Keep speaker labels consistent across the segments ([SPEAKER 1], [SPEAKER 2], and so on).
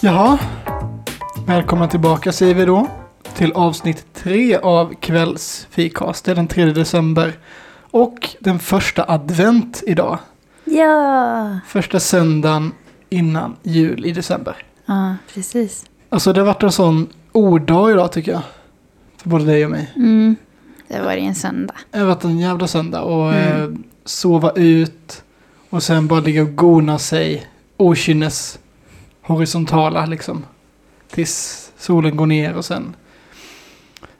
[SPEAKER 1] Jaha. Välkomna tillbaka säger vi då. Till avsnitt tre av kvälls fikast. Det är den 3 december. Och den första advent idag.
[SPEAKER 2] Ja!
[SPEAKER 1] Första söndagen innan jul i december.
[SPEAKER 2] Ja, precis.
[SPEAKER 1] Alltså det har varit en sån orddag idag tycker jag. För både dig och mig.
[SPEAKER 2] Mm. Det var ju en söndag.
[SPEAKER 1] Det har varit en jävla söndag och
[SPEAKER 2] Mm.
[SPEAKER 1] eh, sova ut. Och sen bara ligga och gona sig. Okynnes horisontala liksom. Tills solen går ner och sen.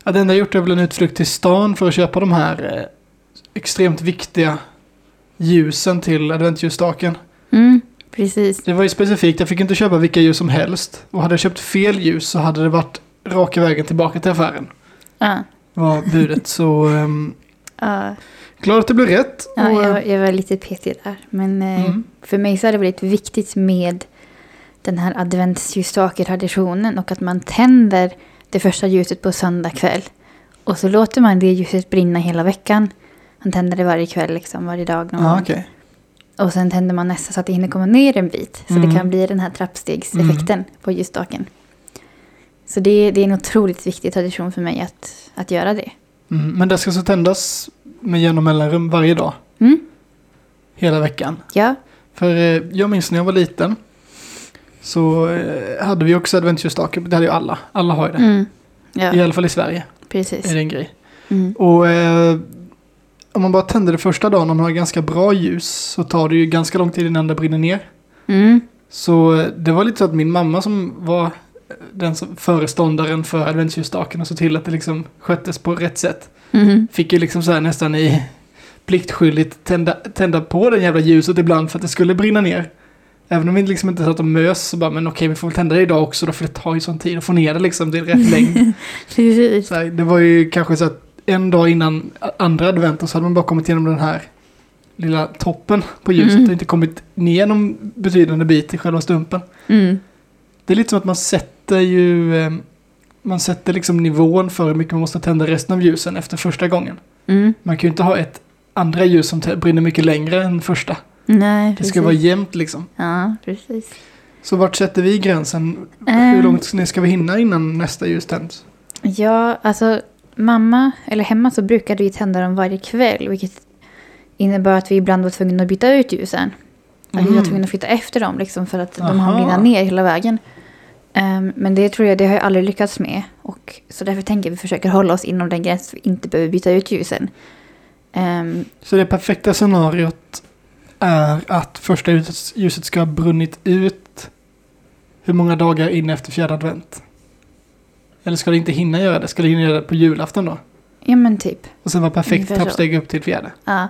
[SPEAKER 1] Ja, det enda jag gjort är väl en utflykt till stan för att köpa de här eh, extremt viktiga ljusen till adventsljusstaken.
[SPEAKER 2] Mm. Precis.
[SPEAKER 1] Det var ju specifikt, jag fick inte köpa vilka ljus som helst. Och hade jag köpt fel ljus så hade det varit raka vägen tillbaka till affären.
[SPEAKER 2] Ja.
[SPEAKER 1] Var budet, så ehm,
[SPEAKER 2] Ja.
[SPEAKER 1] glad att det blev rätt.
[SPEAKER 2] ja
[SPEAKER 1] och, eh,
[SPEAKER 2] jag, jag var lite petig där. Men eh,
[SPEAKER 1] Mm.
[SPEAKER 2] för mig så har det varit viktigt med den här adventsljusstaker-traditionen och att man tänder det första ljuset på söndag kväll. Och så låter man det ljuset brinna hela veckan. Man tänder det varje kväll, liksom, varje dag. Någon.
[SPEAKER 1] ja,
[SPEAKER 2] gång.
[SPEAKER 1] Ah, okej.
[SPEAKER 2] Och sen tänder man nästa så att det hinner komma ner en bit. Så
[SPEAKER 1] Mm.
[SPEAKER 2] det kan bli den här trappstegseffekten på ljusstaken. Så det, det är en otroligt viktig tradition för mig att, att göra det.
[SPEAKER 1] Mm, men det ska så tändas med genom mellanrum varje dag,
[SPEAKER 2] Mm?
[SPEAKER 1] hela veckan.
[SPEAKER 2] Ja.
[SPEAKER 1] För eh, jag minns när jag var liten så eh, hade vi också adventsljusstake, det hade ju alla. Alla har ju det.
[SPEAKER 2] Mm. Ja,
[SPEAKER 1] I alla fall i Sverige är
[SPEAKER 2] precis.
[SPEAKER 1] det en grej.
[SPEAKER 2] Mm.
[SPEAKER 1] Och eh, om man bara tänder det första dagen och man har ganska bra ljus så tar det ju ganska lång tid innan det brinner ner.
[SPEAKER 2] Mm.
[SPEAKER 1] Så eh, det var lite så att min mamma som var eh, den som, föreståndaren för adventsljusstaken och såg till att det liksom sköttes på rätt sätt.
[SPEAKER 2] Mm.
[SPEAKER 1] Fick ju liksom så här nästan i pliktskyldigt tända, tända på den jävla ljuset ibland för att det skulle brinna ner. Även om vi liksom inte satt och mös så bara, men okej vi får väl tända det idag också då för det tar ju sån tid att få ner det liksom till rätt längd.
[SPEAKER 2] Precis.
[SPEAKER 1] Så här, det var ju kanske så att en dag innan a- andra adventen så hade man bara kommit igenom den här lilla toppen på ljuset
[SPEAKER 2] Mm.
[SPEAKER 1] och inte kommit ner någon betydande bit i själva stumpen.
[SPEAKER 2] Mm.
[SPEAKER 1] Det är lite som att man sätter ju, eh, man sätter liksom nivån för hur mycket man måste tända resten av ljusen efter första gången.
[SPEAKER 2] Mm.
[SPEAKER 1] Man kan ju inte ha ett andra ljus som te- brinner mycket längre än första.
[SPEAKER 2] Nej,
[SPEAKER 1] Det
[SPEAKER 2] precis.
[SPEAKER 1] ska vara jämnt liksom.
[SPEAKER 2] Ja, precis.
[SPEAKER 1] Så vart sätter vi gränsen? Hur
[SPEAKER 2] Ehm.
[SPEAKER 1] långt ner ska vi hinna innan nästa ljus tänds?
[SPEAKER 2] Ja, alltså mamma, eller hemma så brukade vi tända dem varje kväll. Vilket innebar att vi ibland var tvungna att byta ut ljusen. Att vi var
[SPEAKER 1] Mhm.
[SPEAKER 2] tvungna att flytta efter dem liksom, för att de
[SPEAKER 1] Aha.
[SPEAKER 2] har brinna ner hela vägen. Ehm, men det tror jag, det har jag aldrig lyckats med. Och, så därför tänker jag att vi försöker hålla oss inom den gräns vi inte behöver byta ut ljusen. Ehm,
[SPEAKER 1] Så det perfekta scenariot är att första ljuset, ljuset ska ha brunnit ut hur många dagar in efter fjärde advent? Eller ska det inte hinna göra det? Ska det hinna göra det på julafton då?
[SPEAKER 2] ja men typ.
[SPEAKER 1] Och sen vara perfekt
[SPEAKER 2] Ungefär så.
[SPEAKER 1] trappsteg upp till fjärde?
[SPEAKER 2] Ja.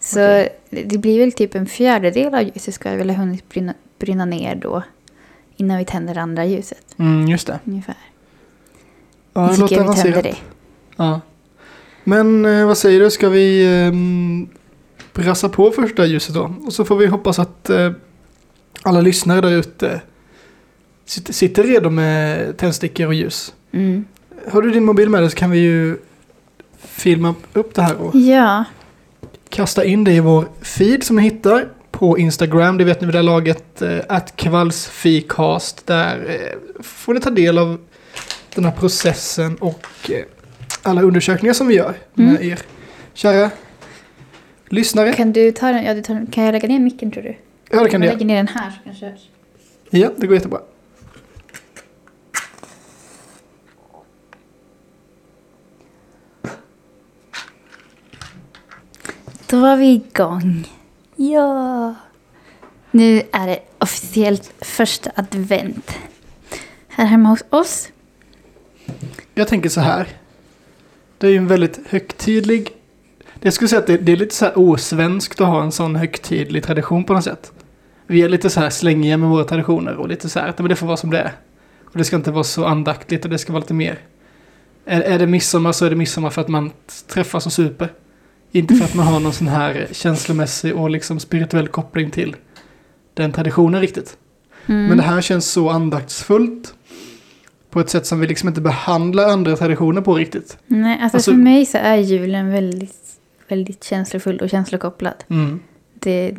[SPEAKER 2] Så
[SPEAKER 1] Okej.
[SPEAKER 2] det- det blir väl typ en fjärdedel av ljuset ska jag väl ha hunnit brinna, brinna ner då. Innan vi tänder det andra ljuset
[SPEAKER 1] Mm, just det.
[SPEAKER 2] ungefär.
[SPEAKER 1] Ja, det
[SPEAKER 2] tycker
[SPEAKER 1] låter
[SPEAKER 2] jag vi tänder
[SPEAKER 1] avancerat.
[SPEAKER 2] det.
[SPEAKER 1] Ja. Men eh, vad säger du, ska vi ehm, brassa på första ljuset då? Och så får vi hoppas att eh, alla lyssnare där ute sitter, sitter redo med tändstickor och ljus.
[SPEAKER 2] Mm.
[SPEAKER 1] Har du din mobil med dig så kan vi ju filma upp det här och
[SPEAKER 2] Ja,
[SPEAKER 1] kasta in det i vår feed som ni hittar på Instagram. Det vet ni vid det här laget, eh, att kvalsfikast. Där eh, får ni ta del av den här processen och eh, alla undersökningar som vi gör med er kära lyssnare.
[SPEAKER 2] kan du ta den? Ja, du tar den. Kan jag lägga ner micken tror du?
[SPEAKER 1] Eh. Ja, det kan
[SPEAKER 2] jag
[SPEAKER 1] ni göra.
[SPEAKER 2] lägger ner den här så kanske hörs.
[SPEAKER 1] Ja, det går jättebra.
[SPEAKER 2] Då var vi igång. Ja. Nu är det officiellt första advent. Här hemma hos oss.
[SPEAKER 1] Jag tänker så här. Det är ju en väldigt högtidlig... Jag skulle säga att det, det är lite så här osvenskt att ha en sån högtidlig tradition på något sätt. Vi är lite så här slängiga med våra traditioner och lite så här att men det får vara som det är. Och det ska inte vara så andaktligt och det ska vara lite mer... Är, är det midsommar så är det midsommar för att man träffas och super. Inte för att man har någon sån här känslomässig och liksom spirituell koppling till den traditionen riktigt.
[SPEAKER 2] Mm.
[SPEAKER 1] Men det här känns så andaktsfullt. På ett sätt som vi liksom inte behandlar andra traditioner på riktigt.
[SPEAKER 2] Nej, alltså,
[SPEAKER 1] Alltså-
[SPEAKER 2] för mig så är julen väldigt, väldigt känslofull och känslokopplad.
[SPEAKER 1] Mm.
[SPEAKER 2] Det,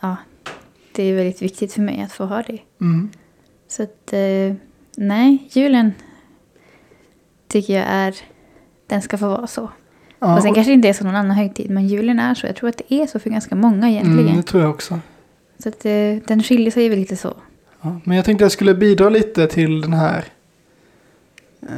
[SPEAKER 2] ja, det är väldigt viktigt för mig att få ha det.
[SPEAKER 1] Mm.
[SPEAKER 2] Så att, eh, nej, julen tycker jag är, den ska få vara så.
[SPEAKER 1] Ja,
[SPEAKER 2] och sen
[SPEAKER 1] och-
[SPEAKER 2] kanske det inte är så någon annan högtid, men julen är så. Jag tror att det är så för ganska många egentligen.
[SPEAKER 1] mm, det tror jag också.
[SPEAKER 2] Så att eh, den skiljer sig väl lite så.
[SPEAKER 1] Ja, men jag tänkte jag skulle bidra lite till den här eh,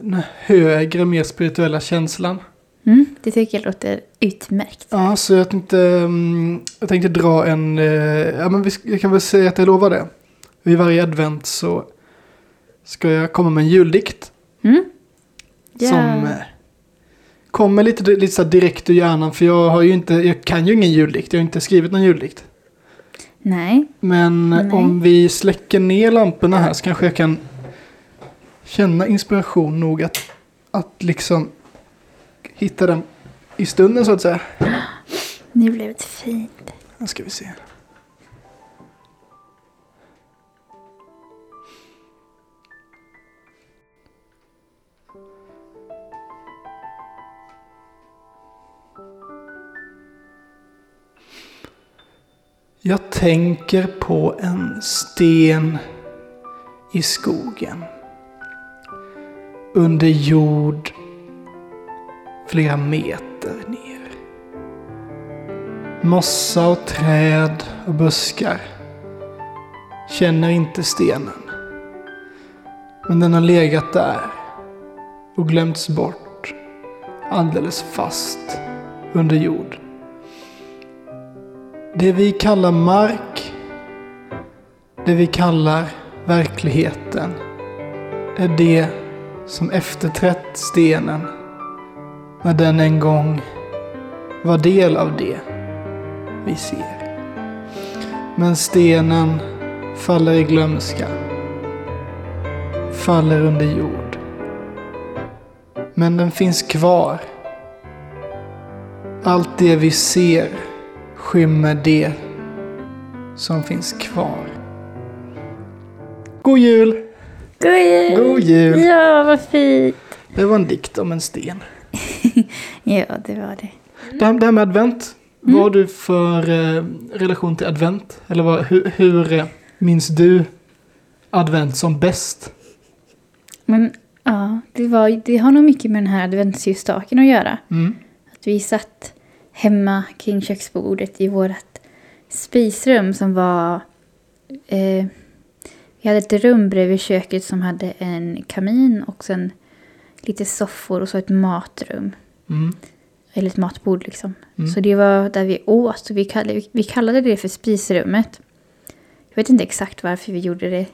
[SPEAKER 1] den högre, mer spirituella känslan.
[SPEAKER 2] Mm, det tycker jag låter utmärkt.
[SPEAKER 1] Ja, så jag tänkte, mm, jag tänkte dra en, eh, ja men vi, sk- jag kan väl säga att jag lovar det. Vid varje advent så ska jag komma med en juldikt.
[SPEAKER 2] Mm? Ja.
[SPEAKER 1] Som eh, kommer lite, lite så här direkt ur hjärnan för jag har ju inte, jag kan ju ingen juldikt, jag har inte skrivit någon juldikt.
[SPEAKER 2] Nej.
[SPEAKER 1] Men eh,
[SPEAKER 2] Nej.
[SPEAKER 1] om vi släcker ner lamporna här så kanske jag kan känna inspiration nog att, att liksom hitta den i stunden så att säga.
[SPEAKER 2] Nu blev det fint.
[SPEAKER 1] Nu ska vi se. Jag tänker på en sten i skogen. Under jord flera meter ner. Mossa och träd och buskar. Känner inte stenen. Men den har legat där och glömts bort alldeles fast under jord. Det vi kallar mark, det vi kallar verkligheten, är det som efterträtt stenen när den en gång var del av det vi ser. Men stenen faller i glömska. Faller under jord. Men den finns kvar. Allt det vi ser skymmer det som finns kvar. God jul!
[SPEAKER 2] God jul!
[SPEAKER 1] God jul!
[SPEAKER 2] Ja, vad fint!
[SPEAKER 1] Det var en dikt om en sten.
[SPEAKER 2] Ja, det var det.
[SPEAKER 1] Det här, det här med advent. Vad har du för eh, relation till advent? Eller vad, hur, hur eh, minns du advent som bäst?
[SPEAKER 2] Men ja, det, var, det har nog mycket med den här adventsljusstaken att göra.
[SPEAKER 1] Mm.
[SPEAKER 2] Att vi satt hemma kring köksbordet i vårt spisrum som var... Eh, vi hade ett rum bredvid köket som hade en kamin och sen lite soffor och så ett matrum.
[SPEAKER 1] Mm.
[SPEAKER 2] Eller ett matbord liksom.
[SPEAKER 1] Mm.
[SPEAKER 2] Så det var där vi åt och vi kallade, vi, vi kallade det för spisrummet. Jag vet inte exakt varför vi gjorde det.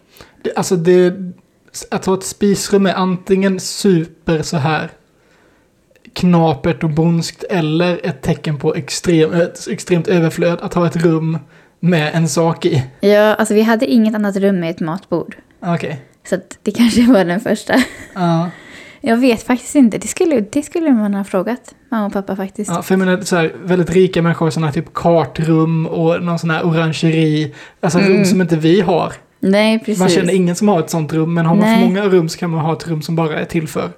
[SPEAKER 1] Det, alltså det, att ha ett spisrum är antingen super så här knapert och bonskt eller ett tecken på extrem, ett extremt överflöd. Att ha ett rum med en sak i.
[SPEAKER 2] Ja, alltså vi hade inget annat rum med ett matbord.
[SPEAKER 1] Okej.
[SPEAKER 2] Så att det kanske var den första.
[SPEAKER 1] Ja.
[SPEAKER 2] Jag vet faktiskt inte. Det skulle, det skulle man ha frågat mamma och pappa faktiskt.
[SPEAKER 1] Ja, för jag menar, så här, väldigt rika människor har sådana här typ kartrum och någon sån här orangeri. Alltså
[SPEAKER 2] Mm.
[SPEAKER 1] rum som inte vi har.
[SPEAKER 2] Nej, precis.
[SPEAKER 1] Man känner ingen som har ett sånt rum, men har man för
[SPEAKER 2] Nej.
[SPEAKER 1] många rum så kan man ha ett rum som bara är till för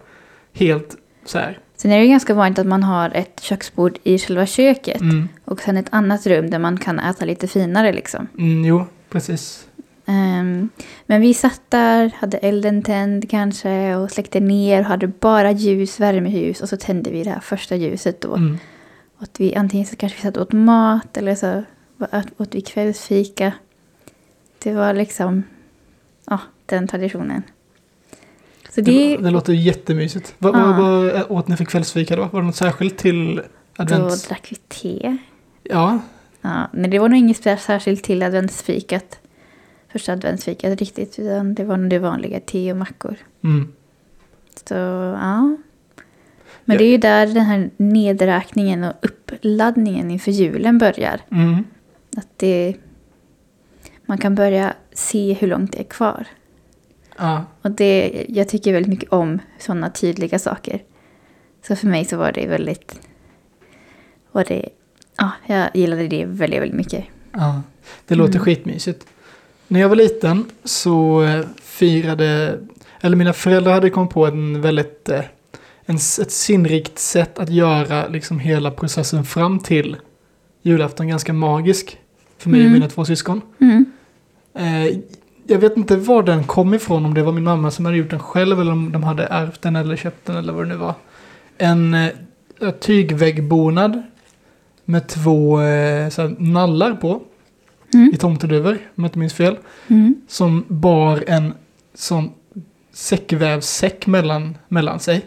[SPEAKER 1] helt så här.
[SPEAKER 2] Sen är det ju ganska vanligt att man har ett köksbord i själva köket.
[SPEAKER 1] Mm,
[SPEAKER 2] Och sen ett annat rum där man kan äta lite finare liksom.
[SPEAKER 1] mm, jo, precis.
[SPEAKER 2] Ehm, men vi satt där, hade elden tänd kanske och släckte ner och hade bara ljus, värmeljus och så tände vi det här första ljuset då.
[SPEAKER 1] Mm.
[SPEAKER 2] Åt vi, antingen så kanske vi satt och åt mat eller så åt- åt vi kvällsfika. Det var liksom, ja, den traditionen. Så
[SPEAKER 1] Det,
[SPEAKER 2] det,
[SPEAKER 1] det låter ju jättemysigt. Vad, vad,
[SPEAKER 2] Ja.
[SPEAKER 1] vad åt ni för kvällsfika då? Var det något särskilt till
[SPEAKER 2] då
[SPEAKER 1] advents?
[SPEAKER 2] drack vi te.
[SPEAKER 1] Ja,
[SPEAKER 2] Ja, men det var nog inget spär- särskilt till adventsfikat. Första adventsfikat riktigt, utan det var nog det vanliga te och mackor.
[SPEAKER 1] mm.
[SPEAKER 2] Så ja. Men
[SPEAKER 1] Ja.
[SPEAKER 2] det är ju där den här nedräkningen och uppladdningen inför julen börjar.
[SPEAKER 1] Mm.
[SPEAKER 2] Att det, man kan börja se hur långt det är kvar.
[SPEAKER 1] Ja.
[SPEAKER 2] Och det, jag tycker väldigt mycket om sådana tydliga saker. Så för mig så var det väldigt... Var det, ja, jag gillade det väldigt, väldigt mycket.
[SPEAKER 1] Ja, det låter
[SPEAKER 2] Mm.
[SPEAKER 1] skitmysigt. När jag var liten så eh, firade, eller mina föräldrar hade kommit på en väldigt, eh, en, s- ett sinnrikt sätt att göra liksom hela processen fram till julafton ganska magisk. För mig och
[SPEAKER 2] Mm.
[SPEAKER 1] mina två syskon.
[SPEAKER 2] Mm.
[SPEAKER 1] Eh, Jag vet inte var den kom ifrån, om det var min mamma som hade gjort den själv eller om de hade ärvt den eller köpt den eller vad det nu var. En eh, tygväggbonad med två eh, så här, nallar på
[SPEAKER 2] Mm.
[SPEAKER 1] i tomteduvor, om jag inte minns fel.
[SPEAKER 2] Mm.
[SPEAKER 1] Som bar en sån säckvävssäck mellan, mellan sig.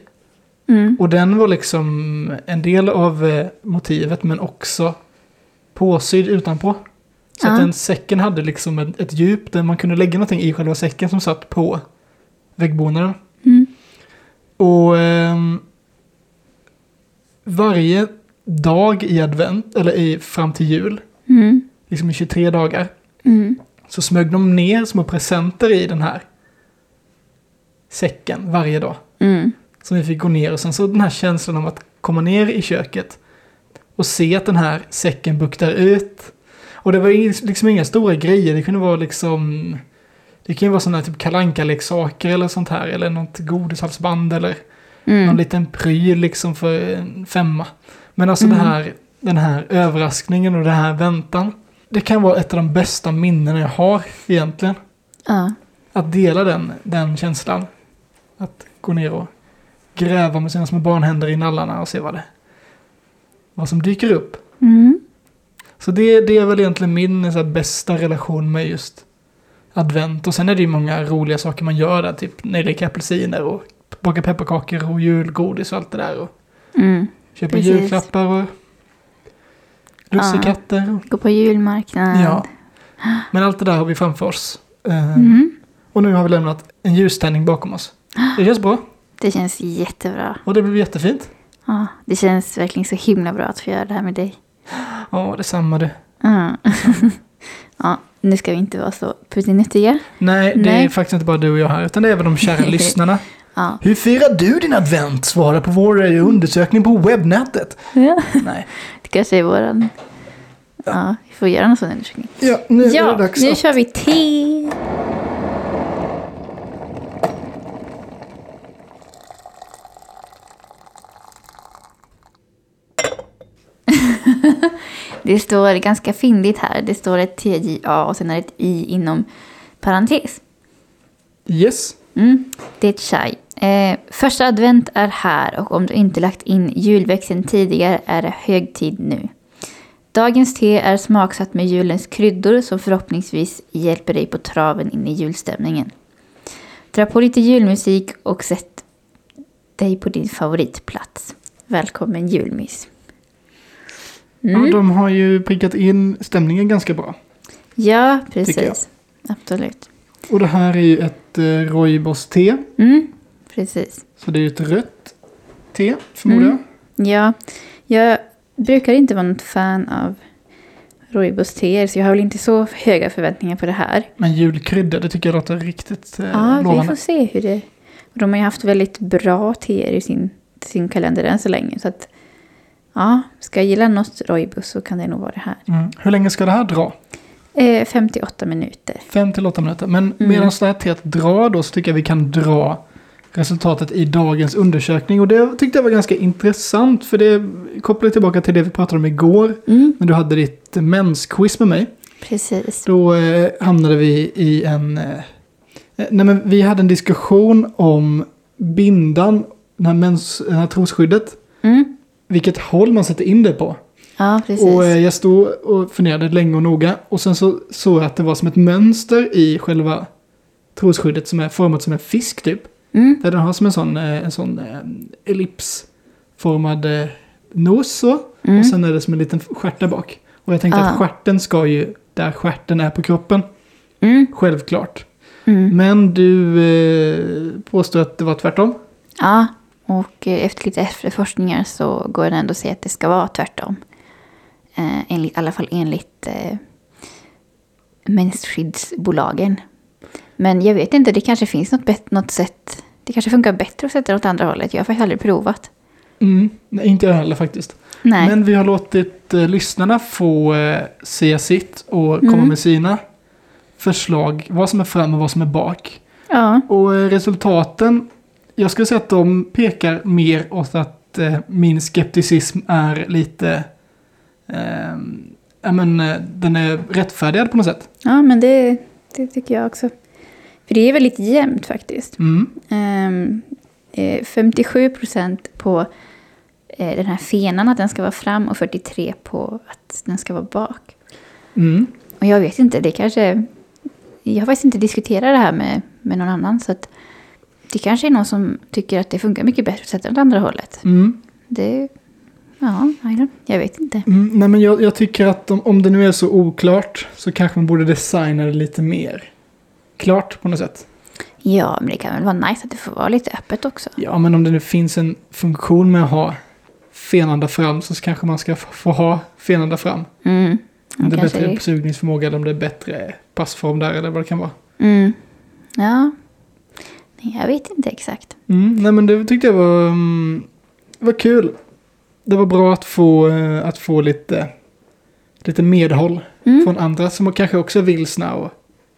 [SPEAKER 2] Mm.
[SPEAKER 1] Och den var liksom en del av eh, motivet men också påsydd utanpå. Så att
[SPEAKER 2] Ja.
[SPEAKER 1] den säcken hade liksom ett, ett djup där man kunde lägga någonting i själva säcken som satt på väggbonaden.
[SPEAKER 2] Mm.
[SPEAKER 1] Och ehm, varje dag i advent, eller i, fram till jul,
[SPEAKER 2] Mm.
[SPEAKER 1] liksom i 23 dagar,
[SPEAKER 2] Mm.
[SPEAKER 1] så smög de ner små presenter i den här säcken varje dag.
[SPEAKER 2] Mm.
[SPEAKER 1] Som vi fick gå ner och sen så den här känslan av att komma ner i köket och se att den här säcken buktar ut. Och det var ju liksom inga stora grejer, det kunde vara liksom det kan ju vara sådana typ kalanka leksaker eller sånt här, eller något godishalsband eller någon
[SPEAKER 2] Mm.
[SPEAKER 1] liten pryl liksom för en femma. Men alltså
[SPEAKER 2] Mm.
[SPEAKER 1] det här, den här överraskningen och den här väntan. Det kan vara ett av de bästa minnen jag har egentligen.
[SPEAKER 2] Ja.
[SPEAKER 1] Att dela den, den känslan. Att gå ner och gräva med sina små barnhänder i nallarna och se vad det vad som dyker upp.
[SPEAKER 2] Mm.
[SPEAKER 1] Så det, det är väl egentligen min så här, bästa relation med just advent. Och sen är det ju många roliga saker man gör där, typ när det är apelsiner och baka pepparkakor och julgodis och allt det där. Och
[SPEAKER 2] Mm.
[SPEAKER 1] köpa
[SPEAKER 2] Precis.
[SPEAKER 1] julklappar och lussekatter. och-
[SPEAKER 2] Gå på julmarknad.
[SPEAKER 1] Ja. Men allt det där har vi framför oss. Eh,
[SPEAKER 2] Mm.
[SPEAKER 1] Och nu har vi lämnat en ljuständning bakom oss. Det känns bra.
[SPEAKER 2] Det känns jättebra.
[SPEAKER 1] Och det blev jättefint.
[SPEAKER 2] Ja. Det känns verkligen så himla bra att få göra det här med dig.
[SPEAKER 1] Ja, detsamma du.
[SPEAKER 2] Ja. ja. Nu ska vi inte vara så putinuttiga.
[SPEAKER 1] Nej, det
[SPEAKER 2] Nej.
[SPEAKER 1] är faktiskt inte bara du och jag här, utan det är även de kära lyssnarna.
[SPEAKER 2] Ja.
[SPEAKER 1] Hur firar du din advent? Svara på vår eh, undersökning på webbnätet.
[SPEAKER 2] ja.
[SPEAKER 1] Nej.
[SPEAKER 2] Det kanske är våran... Ja, vi får göra någon sån undersökning.
[SPEAKER 1] Ja, nu är
[SPEAKER 2] Ja,
[SPEAKER 1] det dags
[SPEAKER 2] nu
[SPEAKER 1] att...
[SPEAKER 2] kör vi te. Det står ganska fyndigt här. Det står ett TJA och sen är det ett I inom parentes.
[SPEAKER 1] Yes.
[SPEAKER 2] Mm, det är ett chai. Eh, första advent är här och om du inte lagt in julväxeln tidigare är det hög tid nu. Dagens te är smaksatt med julens kryddor som förhoppningsvis hjälper dig på traven in i julstämningen. Dra på lite julmusik och sätt dig på din favoritplats. Välkommen julmys. Mm.
[SPEAKER 1] Ja, de har ju prickat in stämningen ganska bra.
[SPEAKER 2] Ja,
[SPEAKER 1] Tycker jag.
[SPEAKER 2] precis. Absolut.
[SPEAKER 1] Och det här är ju ett eh, rooibos-te.
[SPEAKER 2] Mm, precis.
[SPEAKER 1] Så det är ju ett rött te, förmodar
[SPEAKER 2] Mm.
[SPEAKER 1] jag.
[SPEAKER 2] Ja, jag brukar inte vara något fan av rooibos-teer så jag har väl inte så höga förväntningar på det här.
[SPEAKER 1] Men julkrydda, det tycker jag låter riktigt eh,
[SPEAKER 2] Ja, vi
[SPEAKER 1] lovande.
[SPEAKER 2] får se hur det... och De har ju haft väldigt bra teer i sin, sin kalender än så länge så att... Ja, ska jag gilla något rooibos så kan det nog vara det här.
[SPEAKER 1] Mm. Hur länge ska det här dra?
[SPEAKER 2] Eh, 58 minuter.
[SPEAKER 1] Fem till åtta minuter. Men
[SPEAKER 2] Mm.
[SPEAKER 1] medan det här teet drar då så tycker jag vi kan dra resultatet i dagens undersökning. Och det tyckte jag var ganska intressant för det kopplar tillbaka till det vi pratade om igår.
[SPEAKER 2] Mm,
[SPEAKER 1] När du hade ditt mensquiz med mig.
[SPEAKER 2] precis.
[SPEAKER 1] Då eh, hamnade vi i en... Eh, nej men vi hade en diskussion om bindan, den här, mens, den här trosskyddet.
[SPEAKER 2] Mm,
[SPEAKER 1] Vilket håll man sätter in det på.
[SPEAKER 2] ja, precis.
[SPEAKER 1] Och eh, jag stod och funderade länge och noga och sen så såg jag att det var som ett mönster i själva trosskyddet som är format som en fisk typ.
[SPEAKER 2] Mm,
[SPEAKER 1] Där den har som en sån, eh, en sån eh, ellipsformad eh, nos så.
[SPEAKER 2] mm,
[SPEAKER 1] Och sen är det som en liten stjärt där bak. Och jag tänkte
[SPEAKER 2] Ah.
[SPEAKER 1] att stjärten ska ju där stjärten är på kroppen,
[SPEAKER 2] mm,
[SPEAKER 1] självklart.
[SPEAKER 2] mm.
[SPEAKER 1] Men du eh, påstår att det var tvärtom.
[SPEAKER 2] Ja, och eh, efter lite efterforskningar så går det ändå att säga att det ska vara tvärtom. Eh, enligt, I alla fall enligt eh, människoskyddsbolagen. Men jag vet inte, det kanske finns något, bet- något sätt. Det kanske funkar bättre att sätta det åt andra hållet. Jag har faktiskt aldrig provat.
[SPEAKER 1] Mm, nej, inte jag heller faktiskt.
[SPEAKER 2] Nej.
[SPEAKER 1] Men vi har låtit eh, lyssnarna få eh, se sitt och komma
[SPEAKER 2] Mm.
[SPEAKER 1] med sina förslag. Vad som är fram och vad som är bak.
[SPEAKER 2] ja.
[SPEAKER 1] Och eh, resultaten, jag skulle säga att de pekar mer åt att eh, min skepticism är lite... Eh, ja, men, eh, den är rättfärdigad på något sätt.
[SPEAKER 2] ja, men det, det tycker jag också. För det är väldigt jämnt faktiskt.
[SPEAKER 1] Mm.
[SPEAKER 2] Ehm, eh, 57 procent på eh, den här fenan, att den ska vara fram och 43 på att den ska vara bak.
[SPEAKER 1] Mm.
[SPEAKER 2] Och jag vet inte, det kanske... Jag har faktiskt inte diskuterat det här med, med någon annan. Så att det kanske är någon som tycker att det funkar mycket bättre att sätta åt andra hållet.
[SPEAKER 1] Mm.
[SPEAKER 2] Det... Ja, I don't- jag vet inte.
[SPEAKER 1] Mm. Nej men jag, jag tycker att om, om det nu är så oklart så kanske man borde designa det lite mer. Klart på något sätt.
[SPEAKER 2] Ja, men det kan väl vara nice att det får vara lite öppet också.
[SPEAKER 1] Ja, men om det nu finns en funktion med att ha fenan där fram så kanske man ska f- få ha fenan där fram.
[SPEAKER 2] Mm.
[SPEAKER 1] Om det är
[SPEAKER 2] kanske
[SPEAKER 1] bättre
[SPEAKER 2] det.
[SPEAKER 1] uppsugningsförmåga eller om det är bättre passform där eller vad det kan vara.
[SPEAKER 2] Mm. Ja. Nej, jag vet inte exakt.
[SPEAKER 1] Mm, nej, men det tyckte jag var, mm, var kul. Det var bra att få, eh, att få lite, lite medhåll
[SPEAKER 2] Mm.
[SPEAKER 1] från andra som kanske också är vilsna och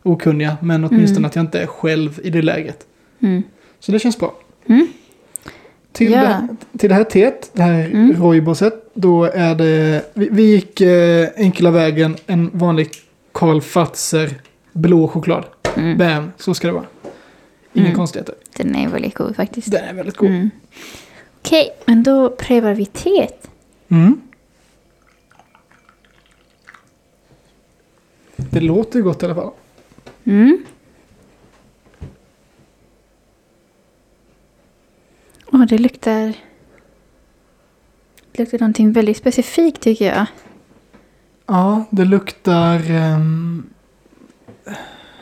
[SPEAKER 1] okunniga. Men åtminstone att jag inte är själv i det läget.
[SPEAKER 2] Mm.
[SPEAKER 1] Så det känns bra.
[SPEAKER 2] Mm.
[SPEAKER 1] Till,
[SPEAKER 2] Ja.
[SPEAKER 1] det, till det här teet, det här
[SPEAKER 2] Mm.
[SPEAKER 1] rojbosset, då är det... Vi, vi gick eh, enkla vägen, en vanlig Karl Fatser blå choklad.
[SPEAKER 2] Mm.
[SPEAKER 1] Bam, så ska det vara. Inga
[SPEAKER 2] Mm.
[SPEAKER 1] konstigheter.
[SPEAKER 2] Den är väldigt god faktiskt.
[SPEAKER 1] Den är väldigt god. Mm.
[SPEAKER 2] Mm. Okej, men då prövar vi teet.
[SPEAKER 1] Mm. Det låter ju gott i alla fall.
[SPEAKER 2] Mm. Åh, det luktar... Det luktar någonting väldigt specifikt tycker jag.
[SPEAKER 1] Ja, det luktar ehm,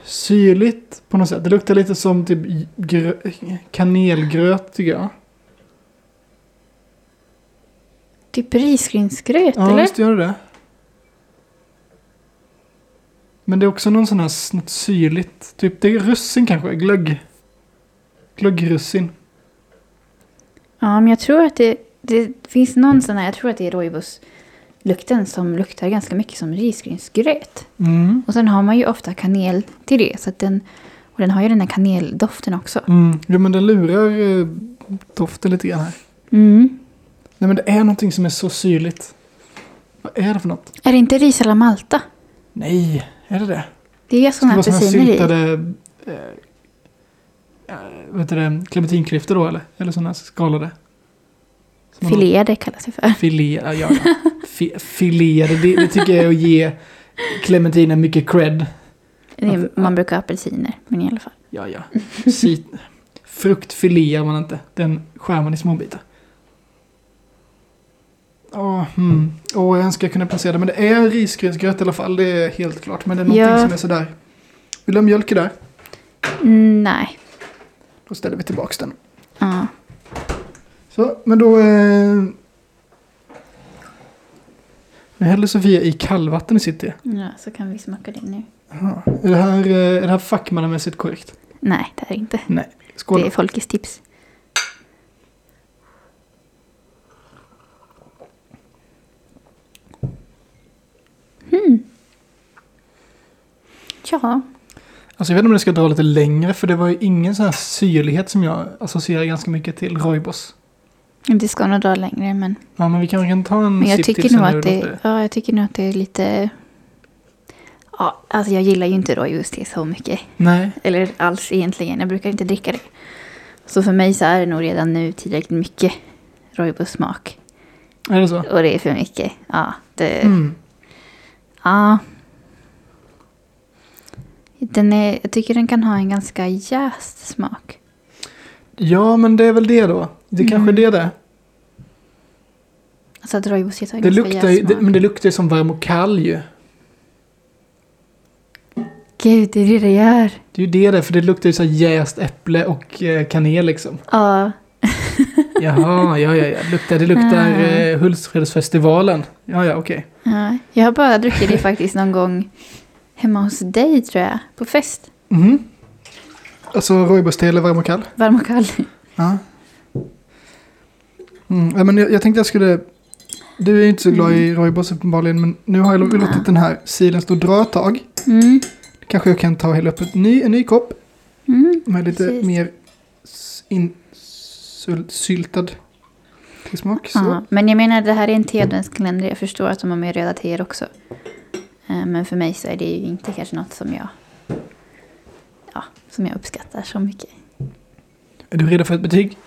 [SPEAKER 1] syrligt på något sätt. Det luktar lite som typ grö- kanelgröt tycker jag.
[SPEAKER 2] Typ risgrynsgröt,
[SPEAKER 1] Ja,
[SPEAKER 2] eller?
[SPEAKER 1] visst gör det det. Men det är också någon sån här s- något syrligt. Typ det är russin kanske, glögg. Glöggrussin.
[SPEAKER 2] Ja, men jag tror att det, det finns någon sån här... Jag tror att det är rooibos-lukten som luktar ganska mycket som risgrynsgröt.
[SPEAKER 1] Mm.
[SPEAKER 2] Och sen har man ju ofta kanel till det. Så att den, och den har ju den här kaneldoften också.
[SPEAKER 1] Mm. Jo men den lurar eh, doften lite grann här.
[SPEAKER 2] Mm.
[SPEAKER 1] Nej men det är någonting som är så syrligt. Vad är det för något?
[SPEAKER 2] Är det inte ris alla Malta?
[SPEAKER 1] Nej, är det det?
[SPEAKER 2] Det är ganska
[SPEAKER 1] Ska det vara såna
[SPEAKER 2] många
[SPEAKER 1] här
[SPEAKER 2] apelsiner i.
[SPEAKER 1] syltade... Eh, eh, vad heter det? Clementinklyftor då eller? Eller sådana här skalade? Som man då-
[SPEAKER 2] Filéer, det kallas det för.
[SPEAKER 1] Filera, ja, ja. Fi- Filera, det, det tycker jag är att ge Clementina mycket cred.
[SPEAKER 2] Det är, man brukar ha apelsiner, men i alla fall.
[SPEAKER 1] Ja, ja. Sit- Frukt filear man inte, den skär man i små bitar. Åh, hmm. Åh, jag önskar jag kunde placera det, men det är risgrynsgröt i alla fall, det är helt klart. Men det är någonting
[SPEAKER 2] Ja.
[SPEAKER 1] som är sådär. Vill du ha mjölk i där?
[SPEAKER 2] Mm, nej.
[SPEAKER 1] Då ställer vi tillbaks den.
[SPEAKER 2] Ja.
[SPEAKER 1] Så, men då... Eh... Nu häller Sofia i kallvatten i sitt te.
[SPEAKER 2] ja, så kan vi smaka det nu.
[SPEAKER 1] Jaha. Är det här, eh, är det här fackmannamässigt korrekt?
[SPEAKER 2] Nej, det är inte.
[SPEAKER 1] Nej. Skål.
[SPEAKER 2] Det är folkets tips. Mm. Hmm. Ja.
[SPEAKER 1] Alltså jag vet inte om jag ska dra lite längre för det var ju ingen sån här syrlighet som jag associerar ganska mycket till rooibos.
[SPEAKER 2] Det ska nog dra längre, men,
[SPEAKER 1] Ja men vi kanske kan ta en
[SPEAKER 2] men jag
[SPEAKER 1] sipp
[SPEAKER 2] tycker
[SPEAKER 1] till sen
[SPEAKER 2] nog
[SPEAKER 1] när
[SPEAKER 2] att
[SPEAKER 1] vi låter-
[SPEAKER 2] det, ja, jag tycker nog att det är lite... Ja, alltså jag gillar ju inte rooibos-te så mycket.
[SPEAKER 1] Nej.
[SPEAKER 2] Eller alls egentligen, jag brukar inte dricka det. Så för mig så är det nog redan nu tillräckligt mycket rooibos-smak.
[SPEAKER 1] Är det så?
[SPEAKER 2] Och det är för mycket. Ja, det...
[SPEAKER 1] Mm.
[SPEAKER 2] Ja. Den är, jag tycker den kan ha en ganska jäst smak.
[SPEAKER 1] Ja men det är väl det då. Det
[SPEAKER 2] Mm.
[SPEAKER 1] kanske är det det.
[SPEAKER 2] Alltså att rooibos har en
[SPEAKER 1] det
[SPEAKER 2] ganska
[SPEAKER 1] luktar, ju-
[SPEAKER 2] jäst
[SPEAKER 1] det,
[SPEAKER 2] smak.
[SPEAKER 1] men det luktar ju som varm och kall ju.
[SPEAKER 2] Gud, det är det det gör.
[SPEAKER 1] Det är ju det det för det luktar ju så här jäst äpple och eh, kanel liksom.
[SPEAKER 2] Ja.
[SPEAKER 1] Jaha, ja ja ja. Luktar, det luktar
[SPEAKER 2] Ah.
[SPEAKER 1] eh, Hultsfredsfestivalen. Ja ja okej.
[SPEAKER 2] ja. Jag har bara druckit det faktiskt någon gång hemma hos dig tror jag. På fest.
[SPEAKER 1] Mhm. Alltså rooibos eller varm och kall?
[SPEAKER 2] Varm och kall.
[SPEAKER 1] Ja. Mm, ja, men jag, jag tänkte jag skulle... Du är ju inte så glad
[SPEAKER 2] Mm.
[SPEAKER 1] i rooibos uppenbarligen, men nu har jag låtit den här silen stå och dra ett tag.
[SPEAKER 2] Mm.
[SPEAKER 1] Kanske jag kan ta och hälla upp ett ny, en ny kopp
[SPEAKER 2] Mm.
[SPEAKER 1] med lite
[SPEAKER 2] Precis.
[SPEAKER 1] mer s- in, syl, syltad till smak. Så.
[SPEAKER 2] Ja, men jag menar det här är en teadventskalender. Jag förstår att de har med röda teer också. Eh, Men för mig så är det ju inte kanske något som jag... Ja, som jag uppskattar så mycket.
[SPEAKER 1] Är du redo för ett betyg?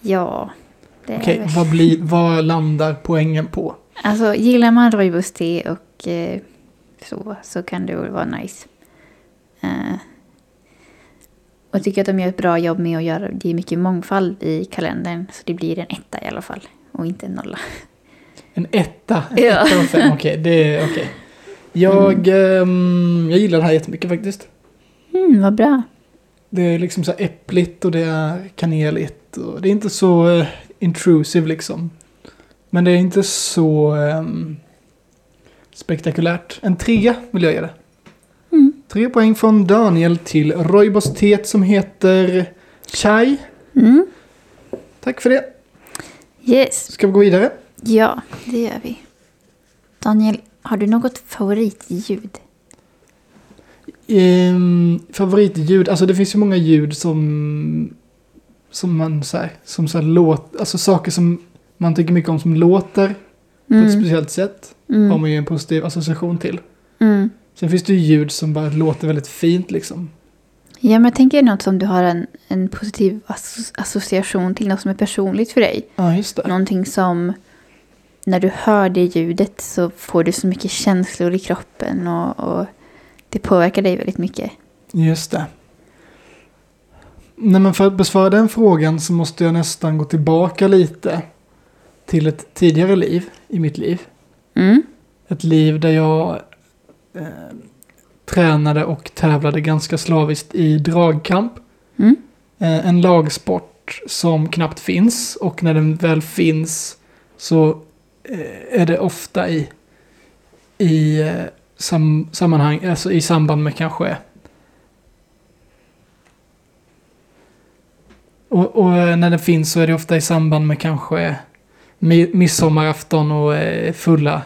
[SPEAKER 2] Ja, det är
[SPEAKER 1] Okej,
[SPEAKER 2] väl-
[SPEAKER 1] vad, blir, vad landar poängen på?
[SPEAKER 2] Alltså, gillar man rooibos te och eh, så, så kan det väl vara nice. Eh, och tycker att de gör ett bra jobb med att göra, det är mycket mångfald i kalendern, så det blir en etta i alla fall. Och inte en nolla.
[SPEAKER 1] En etta? En
[SPEAKER 2] Ja.
[SPEAKER 1] etta av fem, okej. det är okej. Jag, ehm, jag gillar det här jättemycket faktiskt.
[SPEAKER 2] Mm, vad bra.
[SPEAKER 1] Det är liksom så här äppligt och det är kaneligt. Och det är inte så eh, intrusive liksom. Men det är inte så ehm, spektakulärt. En trea vill jag ge det.
[SPEAKER 2] Mm.
[SPEAKER 1] Tre poäng från Daniel till Roibos teet som heter Chai.
[SPEAKER 2] Mm.
[SPEAKER 1] Tack för det.
[SPEAKER 2] Yes.
[SPEAKER 1] Ska vi gå vidare?
[SPEAKER 2] Ja, det gör vi. Daniel, har du något favoritljud?
[SPEAKER 1] Ehm, favoritljud, alltså det finns ju många ljud som som man så här, som så här låt, alltså saker som man tycker mycket om som låter på ett speciellt sätt. Har
[SPEAKER 2] Mm.
[SPEAKER 1] man ju en positiv association till.
[SPEAKER 2] Mm.
[SPEAKER 1] Sen finns det ju ljud som bara låter väldigt fint liksom.
[SPEAKER 2] Ja, men jag tänker något som du har en, en positiv asso- association till, något som är personligt för dig.
[SPEAKER 1] Ja, just det.
[SPEAKER 2] Någonting som, när du hör det ljudet så får du så mycket känslor i kroppen och, och det påverkar dig väldigt mycket.
[SPEAKER 1] Just det. Nej, men för att besvara den frågan så måste jag nästan gå tillbaka lite till ett tidigare liv i mitt liv.
[SPEAKER 2] Mm.
[SPEAKER 1] Ett liv där jag eh, tränade och tävlade ganska slaviskt i dragkamp.
[SPEAKER 2] Mm.
[SPEAKER 1] Eh, en lagsport som knappt finns och när den väl finns så eh, är det ofta i, i eh, sam, sammanhang, alltså i samband med kanske Och, och eh, när den finns så är det ofta i samband med kanske mi- midsommarafton och eh, fulla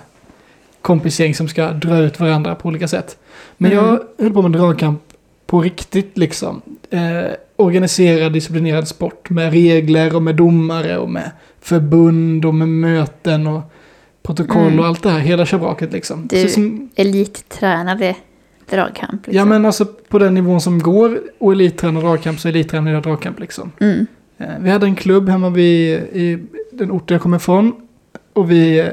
[SPEAKER 1] kompisgäng som ska dra ut varandra på olika sätt. Men
[SPEAKER 2] Mm.
[SPEAKER 1] jag höll på med dragkamp på riktigt liksom. Eh, organiserad, disciplinerad sport med regler och med domare och med förbund och med möten och protokoll
[SPEAKER 2] Mm.
[SPEAKER 1] och allt det här. Hela tjabraket liksom.
[SPEAKER 2] Du-
[SPEAKER 1] Så som,
[SPEAKER 2] Elittränade dragkamp. liksom.
[SPEAKER 1] ja men alltså på den nivån som går och elittränad dragkamp så elittränad dragkamp liksom.
[SPEAKER 2] Mm.
[SPEAKER 1] Eh, Vi hade en klubb hemma vid, i den ort jag kommer ifrån. Och vi eh,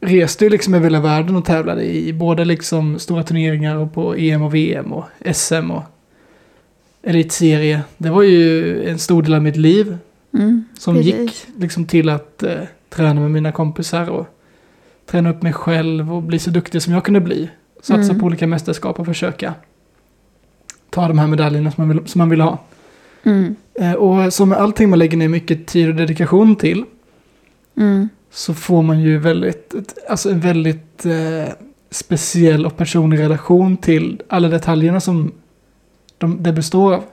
[SPEAKER 1] reste ju liksom över hela världen och tävlade i både liksom stora turneringar och på EM och VM och SM och elitserie. Det var ju en stor del av mitt liv
[SPEAKER 2] Mm.
[SPEAKER 1] som
[SPEAKER 2] Precis.
[SPEAKER 1] gick liksom till att eh, träna med mina kompisar och träna upp mig själv och bli så duktig som jag kunde bli. Satsa
[SPEAKER 2] Mm.
[SPEAKER 1] på olika mästerskap och försöka ta de här medaljerna som man vill, som man vill ha.
[SPEAKER 2] Mm.
[SPEAKER 1] Eh, Och som med allting man lägger ner mycket tid och dedikation till
[SPEAKER 2] Mm.
[SPEAKER 1] så får man ju väldigt, ett- alltså en väldigt eh, speciell och personlig relation till alla detaljerna som de, det består av.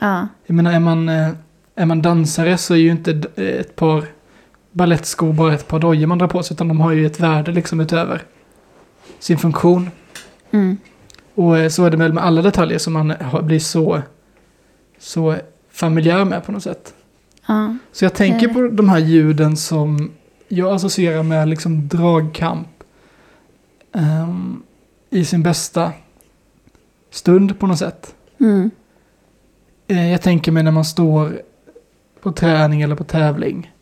[SPEAKER 2] Ja.
[SPEAKER 1] Jag menar, är man, eh, är man dansare så är ju inte d- eh, ett par balettskor bara ett par dojor man drar på sig utan de har ju ett värde liksom utöver sin funktion.
[SPEAKER 2] Mm.
[SPEAKER 1] Och eh, så är det väl med alla detaljer som man har- blir så, så familjär med på något sätt.
[SPEAKER 2] ja.
[SPEAKER 1] Så jag tänker
[SPEAKER 2] Eh.
[SPEAKER 1] på de här ljuden som jag associerar med liksom dragkamp. ehm, I sin bästa stund på något sätt.
[SPEAKER 2] Mm.
[SPEAKER 1] Eh, jag tänker mig när man står på träning eller på tävling.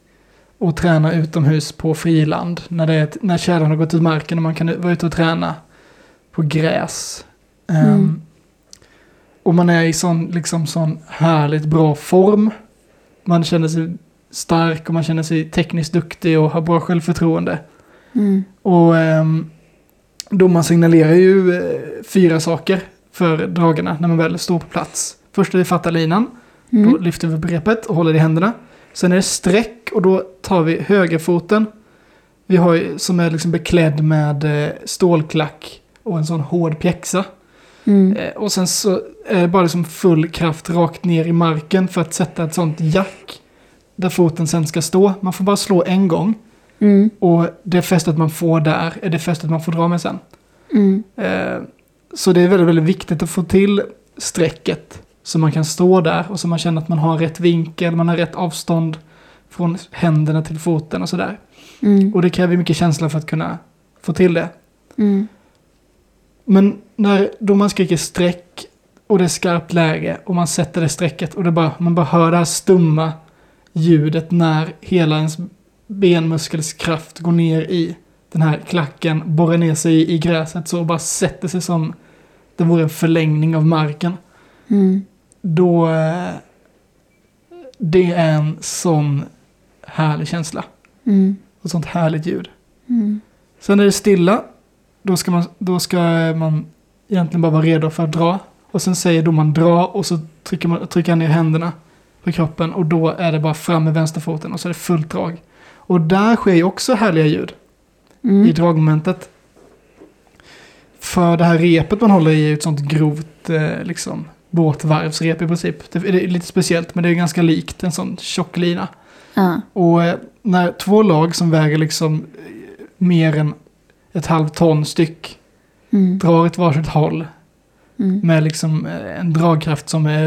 [SPEAKER 1] Och tränar utomhus på friland. När, det är ett, när tjädern har gått ut marken och man kan vara ute och träna på gräs. Ehm,
[SPEAKER 2] Mm.
[SPEAKER 1] Och man är i sån, liksom, sån härligt bra form. Man känner sig stark och man känner sig tekniskt duktig och har bra självförtroende.
[SPEAKER 2] Mm.
[SPEAKER 1] Och ehm, domaren signalerar ju eh, fyra saker för dragarna när man väl står på plats. Först är det fatta linan, då
[SPEAKER 2] Mm.
[SPEAKER 1] lyfter vi upp repet och håller i händerna. Sen är det sträck och då tar vi högerfoten. Vi har ju, som är liksom beklädd med eh, stålklack och en sån hård pjäxa.
[SPEAKER 2] Mm.
[SPEAKER 1] Eh, Och sen så är det bara liksom full kraft rakt ner i marken för att sätta ett sånt jack. Där foten sen ska stå. Man får bara slå en gång.
[SPEAKER 2] Mm.
[SPEAKER 1] Och det fästet man får där är det fästet man får dra med sen.
[SPEAKER 2] Mm.
[SPEAKER 1] Eh, Så det är väldigt, väldigt viktigt att få till strecket. Så man kan stå där och så man känner att man har rätt vinkel, man har rätt avstånd från händerna till foten och sådär.
[SPEAKER 2] Mm.
[SPEAKER 1] Och det kräver mycket känsla för att kunna få till det.
[SPEAKER 2] Mm.
[SPEAKER 1] Men när domaren skriker streck och det är skarpt läge och man sätter det strecket och det bara, man bara hör det här stumma ljudet när hela ens benmuskels kraft går ner i den här klacken, borrar ner sig i gräset så och bara sätter sig som det vore en förlängning av marken.
[SPEAKER 2] Mm.
[SPEAKER 1] Då... eh, Det är en sån härlig känsla.
[SPEAKER 2] Mm.
[SPEAKER 1] Ett sånt härligt ljud.
[SPEAKER 2] Mm.
[SPEAKER 1] Sen är det stilla. Då ska man, då ska man egentligen bara vara redo för att dra. Och sen säger domaren dra och så trycker, man, trycker han ner händerna på kroppen. Och då är det bara fram med vänsterfoten och så är det fullt drag. Och där sker ju också härliga ljud i
[SPEAKER 2] Mm.
[SPEAKER 1] dragmomentet. För det här repet man håller i är ett sånt grovt eh, liksom, båtvarvsrep i princip. Det det är lite speciellt men det är ganska likt en sån tjock lina.
[SPEAKER 2] Ja.
[SPEAKER 1] Och eh, när två lag som väger liksom eh, mer än ett halvt ton styck
[SPEAKER 2] Mm.
[SPEAKER 1] drar ett varsitt håll
[SPEAKER 2] Mm.
[SPEAKER 1] med liksom eh, en dragkraft som är,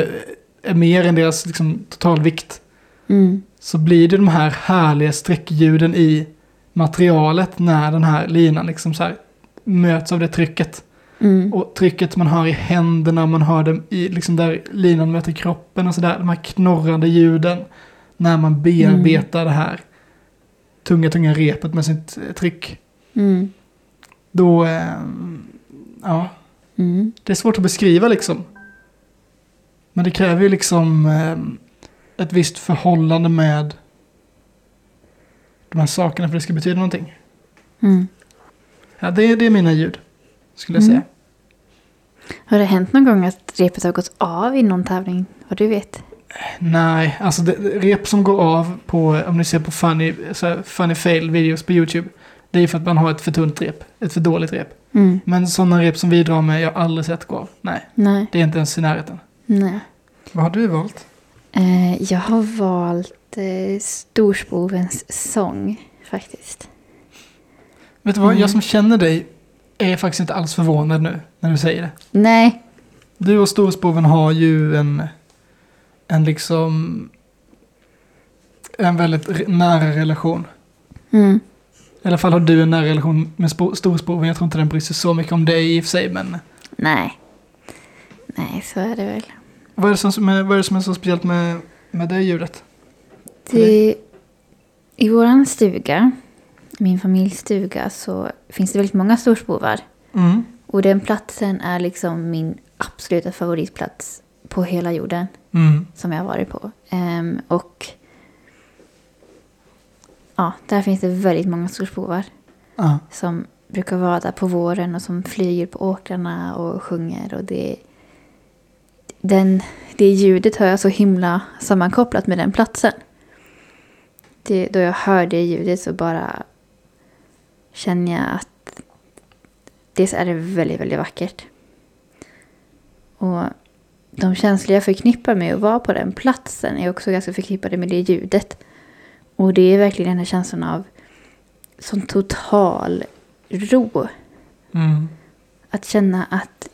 [SPEAKER 1] eh, är mer än deras liksom, totalvikt
[SPEAKER 2] Mm.
[SPEAKER 1] så blir det de här härliga streckljuden i materialet när den här linan liksom så här möts av det trycket.
[SPEAKER 2] Mm.
[SPEAKER 1] Och trycket man hör i händerna, man hör det i liksom där linan möter kroppen och sådär. De här knorrande ljuden när man bearbetar det här tunga, tunga repet med sitt eh, tryck.
[SPEAKER 2] Mm.
[SPEAKER 1] Då, eh, ja,
[SPEAKER 2] Mm.
[SPEAKER 1] det är svårt att beskriva liksom. Men det kräver ju liksom eh, ett visst förhållande med de här sakerna för det ska betyda någonting.
[SPEAKER 2] Mm.
[SPEAKER 1] Ja, det, det är mina ljud, skulle jag
[SPEAKER 2] Mm.
[SPEAKER 1] säga.
[SPEAKER 2] Har det hänt någon gång att repet har gått av i någon tävling? Vad du vet?
[SPEAKER 1] Nej, alltså det, det- rep som går av på, om ni ser på funny, så här, funny fail videos på YouTube, det är för att man har ett för tunt rep, ett för dåligt rep.
[SPEAKER 2] Mm.
[SPEAKER 1] Men sådana rep som vi drar med, jag har aldrig sett gå av. Nej,
[SPEAKER 2] Nej.
[SPEAKER 1] det är inte ens i närheten.
[SPEAKER 2] Nej.
[SPEAKER 1] Vad har du valt?
[SPEAKER 2] Eh, jag har valt eh, Storspovens sång faktiskt.
[SPEAKER 1] Vet du vad,
[SPEAKER 2] Mm.
[SPEAKER 1] jag som känner dig är faktiskt inte alls förvånad nu när du säger det.
[SPEAKER 2] Nej.
[SPEAKER 1] Du och Storspoven har ju en, en liksom, en väldigt re- nära relation.
[SPEAKER 2] Mm.
[SPEAKER 1] I alla fall har du en nära relation med spo- Storspoven. Jag tror inte den bryr sig så mycket om dig i och för sig, men
[SPEAKER 2] Nej. Nej, så är det väl.
[SPEAKER 1] vad är det som, som är, vad är, det som är så speciellt med, med det ljudet?
[SPEAKER 2] Det, I vår stuga, min familjs stuga, så finns det väldigt många storspovar.
[SPEAKER 1] Mm.
[SPEAKER 2] Och den platsen är liksom min absoluta favoritplats på hela jorden
[SPEAKER 1] Mm.
[SPEAKER 2] som jag har varit på. Ehm, och ja, där finns det väldigt många storspovar
[SPEAKER 1] Ja.
[SPEAKER 2] som brukar vara där på våren och som flyger på åkrarna och sjunger. Och det, den, det ljudet har jag så himla sammankopplat med den platsen. Det, då jag hör det ljudet så bara känner jag att dels är det väldigt, väldigt vackert. Och de känslor jag förknippar med att vara på den platsen är också ganska förknippade med det ljudet. Och det är verkligen den här känslan av sån total ro.
[SPEAKER 1] Mm.
[SPEAKER 2] Att känna att...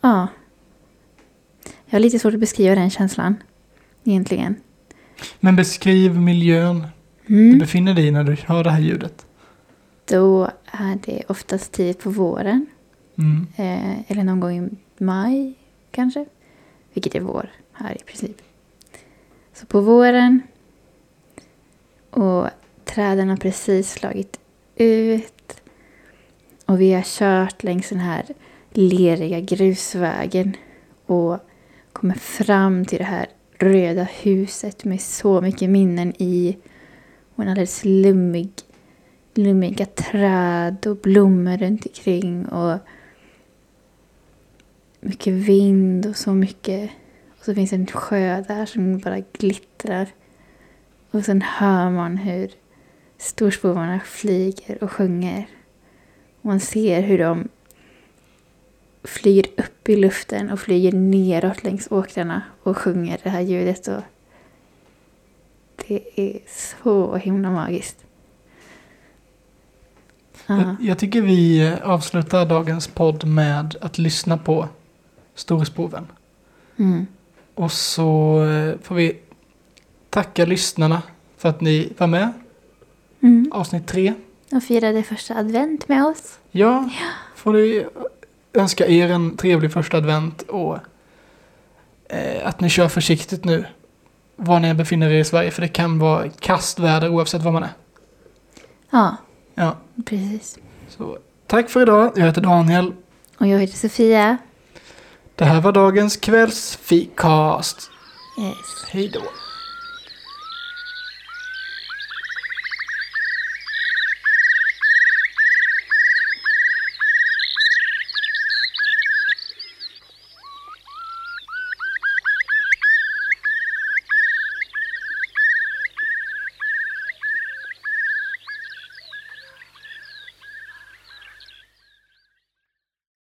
[SPEAKER 2] Ja. Jag har lite svårt att beskriva den känslan. Egentligen.
[SPEAKER 1] Men beskriv miljön du
[SPEAKER 2] Mm.
[SPEAKER 1] befinner dig i när du hör det här ljudet.
[SPEAKER 2] Då är det oftast tid på våren.
[SPEAKER 1] Mm.
[SPEAKER 2] Eh, eller någon gång i maj kanske. Vilket är vår här i princip. Så på våren. Och träden har precis slagit ut. Och vi har kört längs den här leriga grusvägen. Och kommer fram till det här röda huset med så mycket minnen i. Och en alldeles lummig, lummiga träd och blommor runt omkring. Och mycket vind och så mycket. Och så finns det en sjö där som bara glittrar. Och sen hör man hur storspovarna flyger och sjunger. Och man ser hur de flyger upp i luften och flyger neråt längs åkrarna och sjunger det här ljudet. Och det är så himla magiskt. Ja.
[SPEAKER 1] Jag, jag tycker vi eh, avslutar dagens podd med att lyssna på Storspoven.
[SPEAKER 2] Mm.
[SPEAKER 1] Och så eh, får vi tacka lyssnarna för att ni var med.
[SPEAKER 2] Mm.
[SPEAKER 1] Avsnitt tre.
[SPEAKER 2] De firade första advent med oss.
[SPEAKER 1] Ja, får ni önska er en trevlig första advent och eh, att ni kör försiktigt nu var ni än befinner er i Sverige för det kan vara kastväder oavsett var man är.
[SPEAKER 2] Ja,
[SPEAKER 1] Ja,
[SPEAKER 2] precis.
[SPEAKER 1] så tack för idag. Jag heter Daniel.
[SPEAKER 2] Och jag heter Sofia.
[SPEAKER 1] Det här var dagens kvällsfikast.
[SPEAKER 2] Yes.
[SPEAKER 1] Hej då.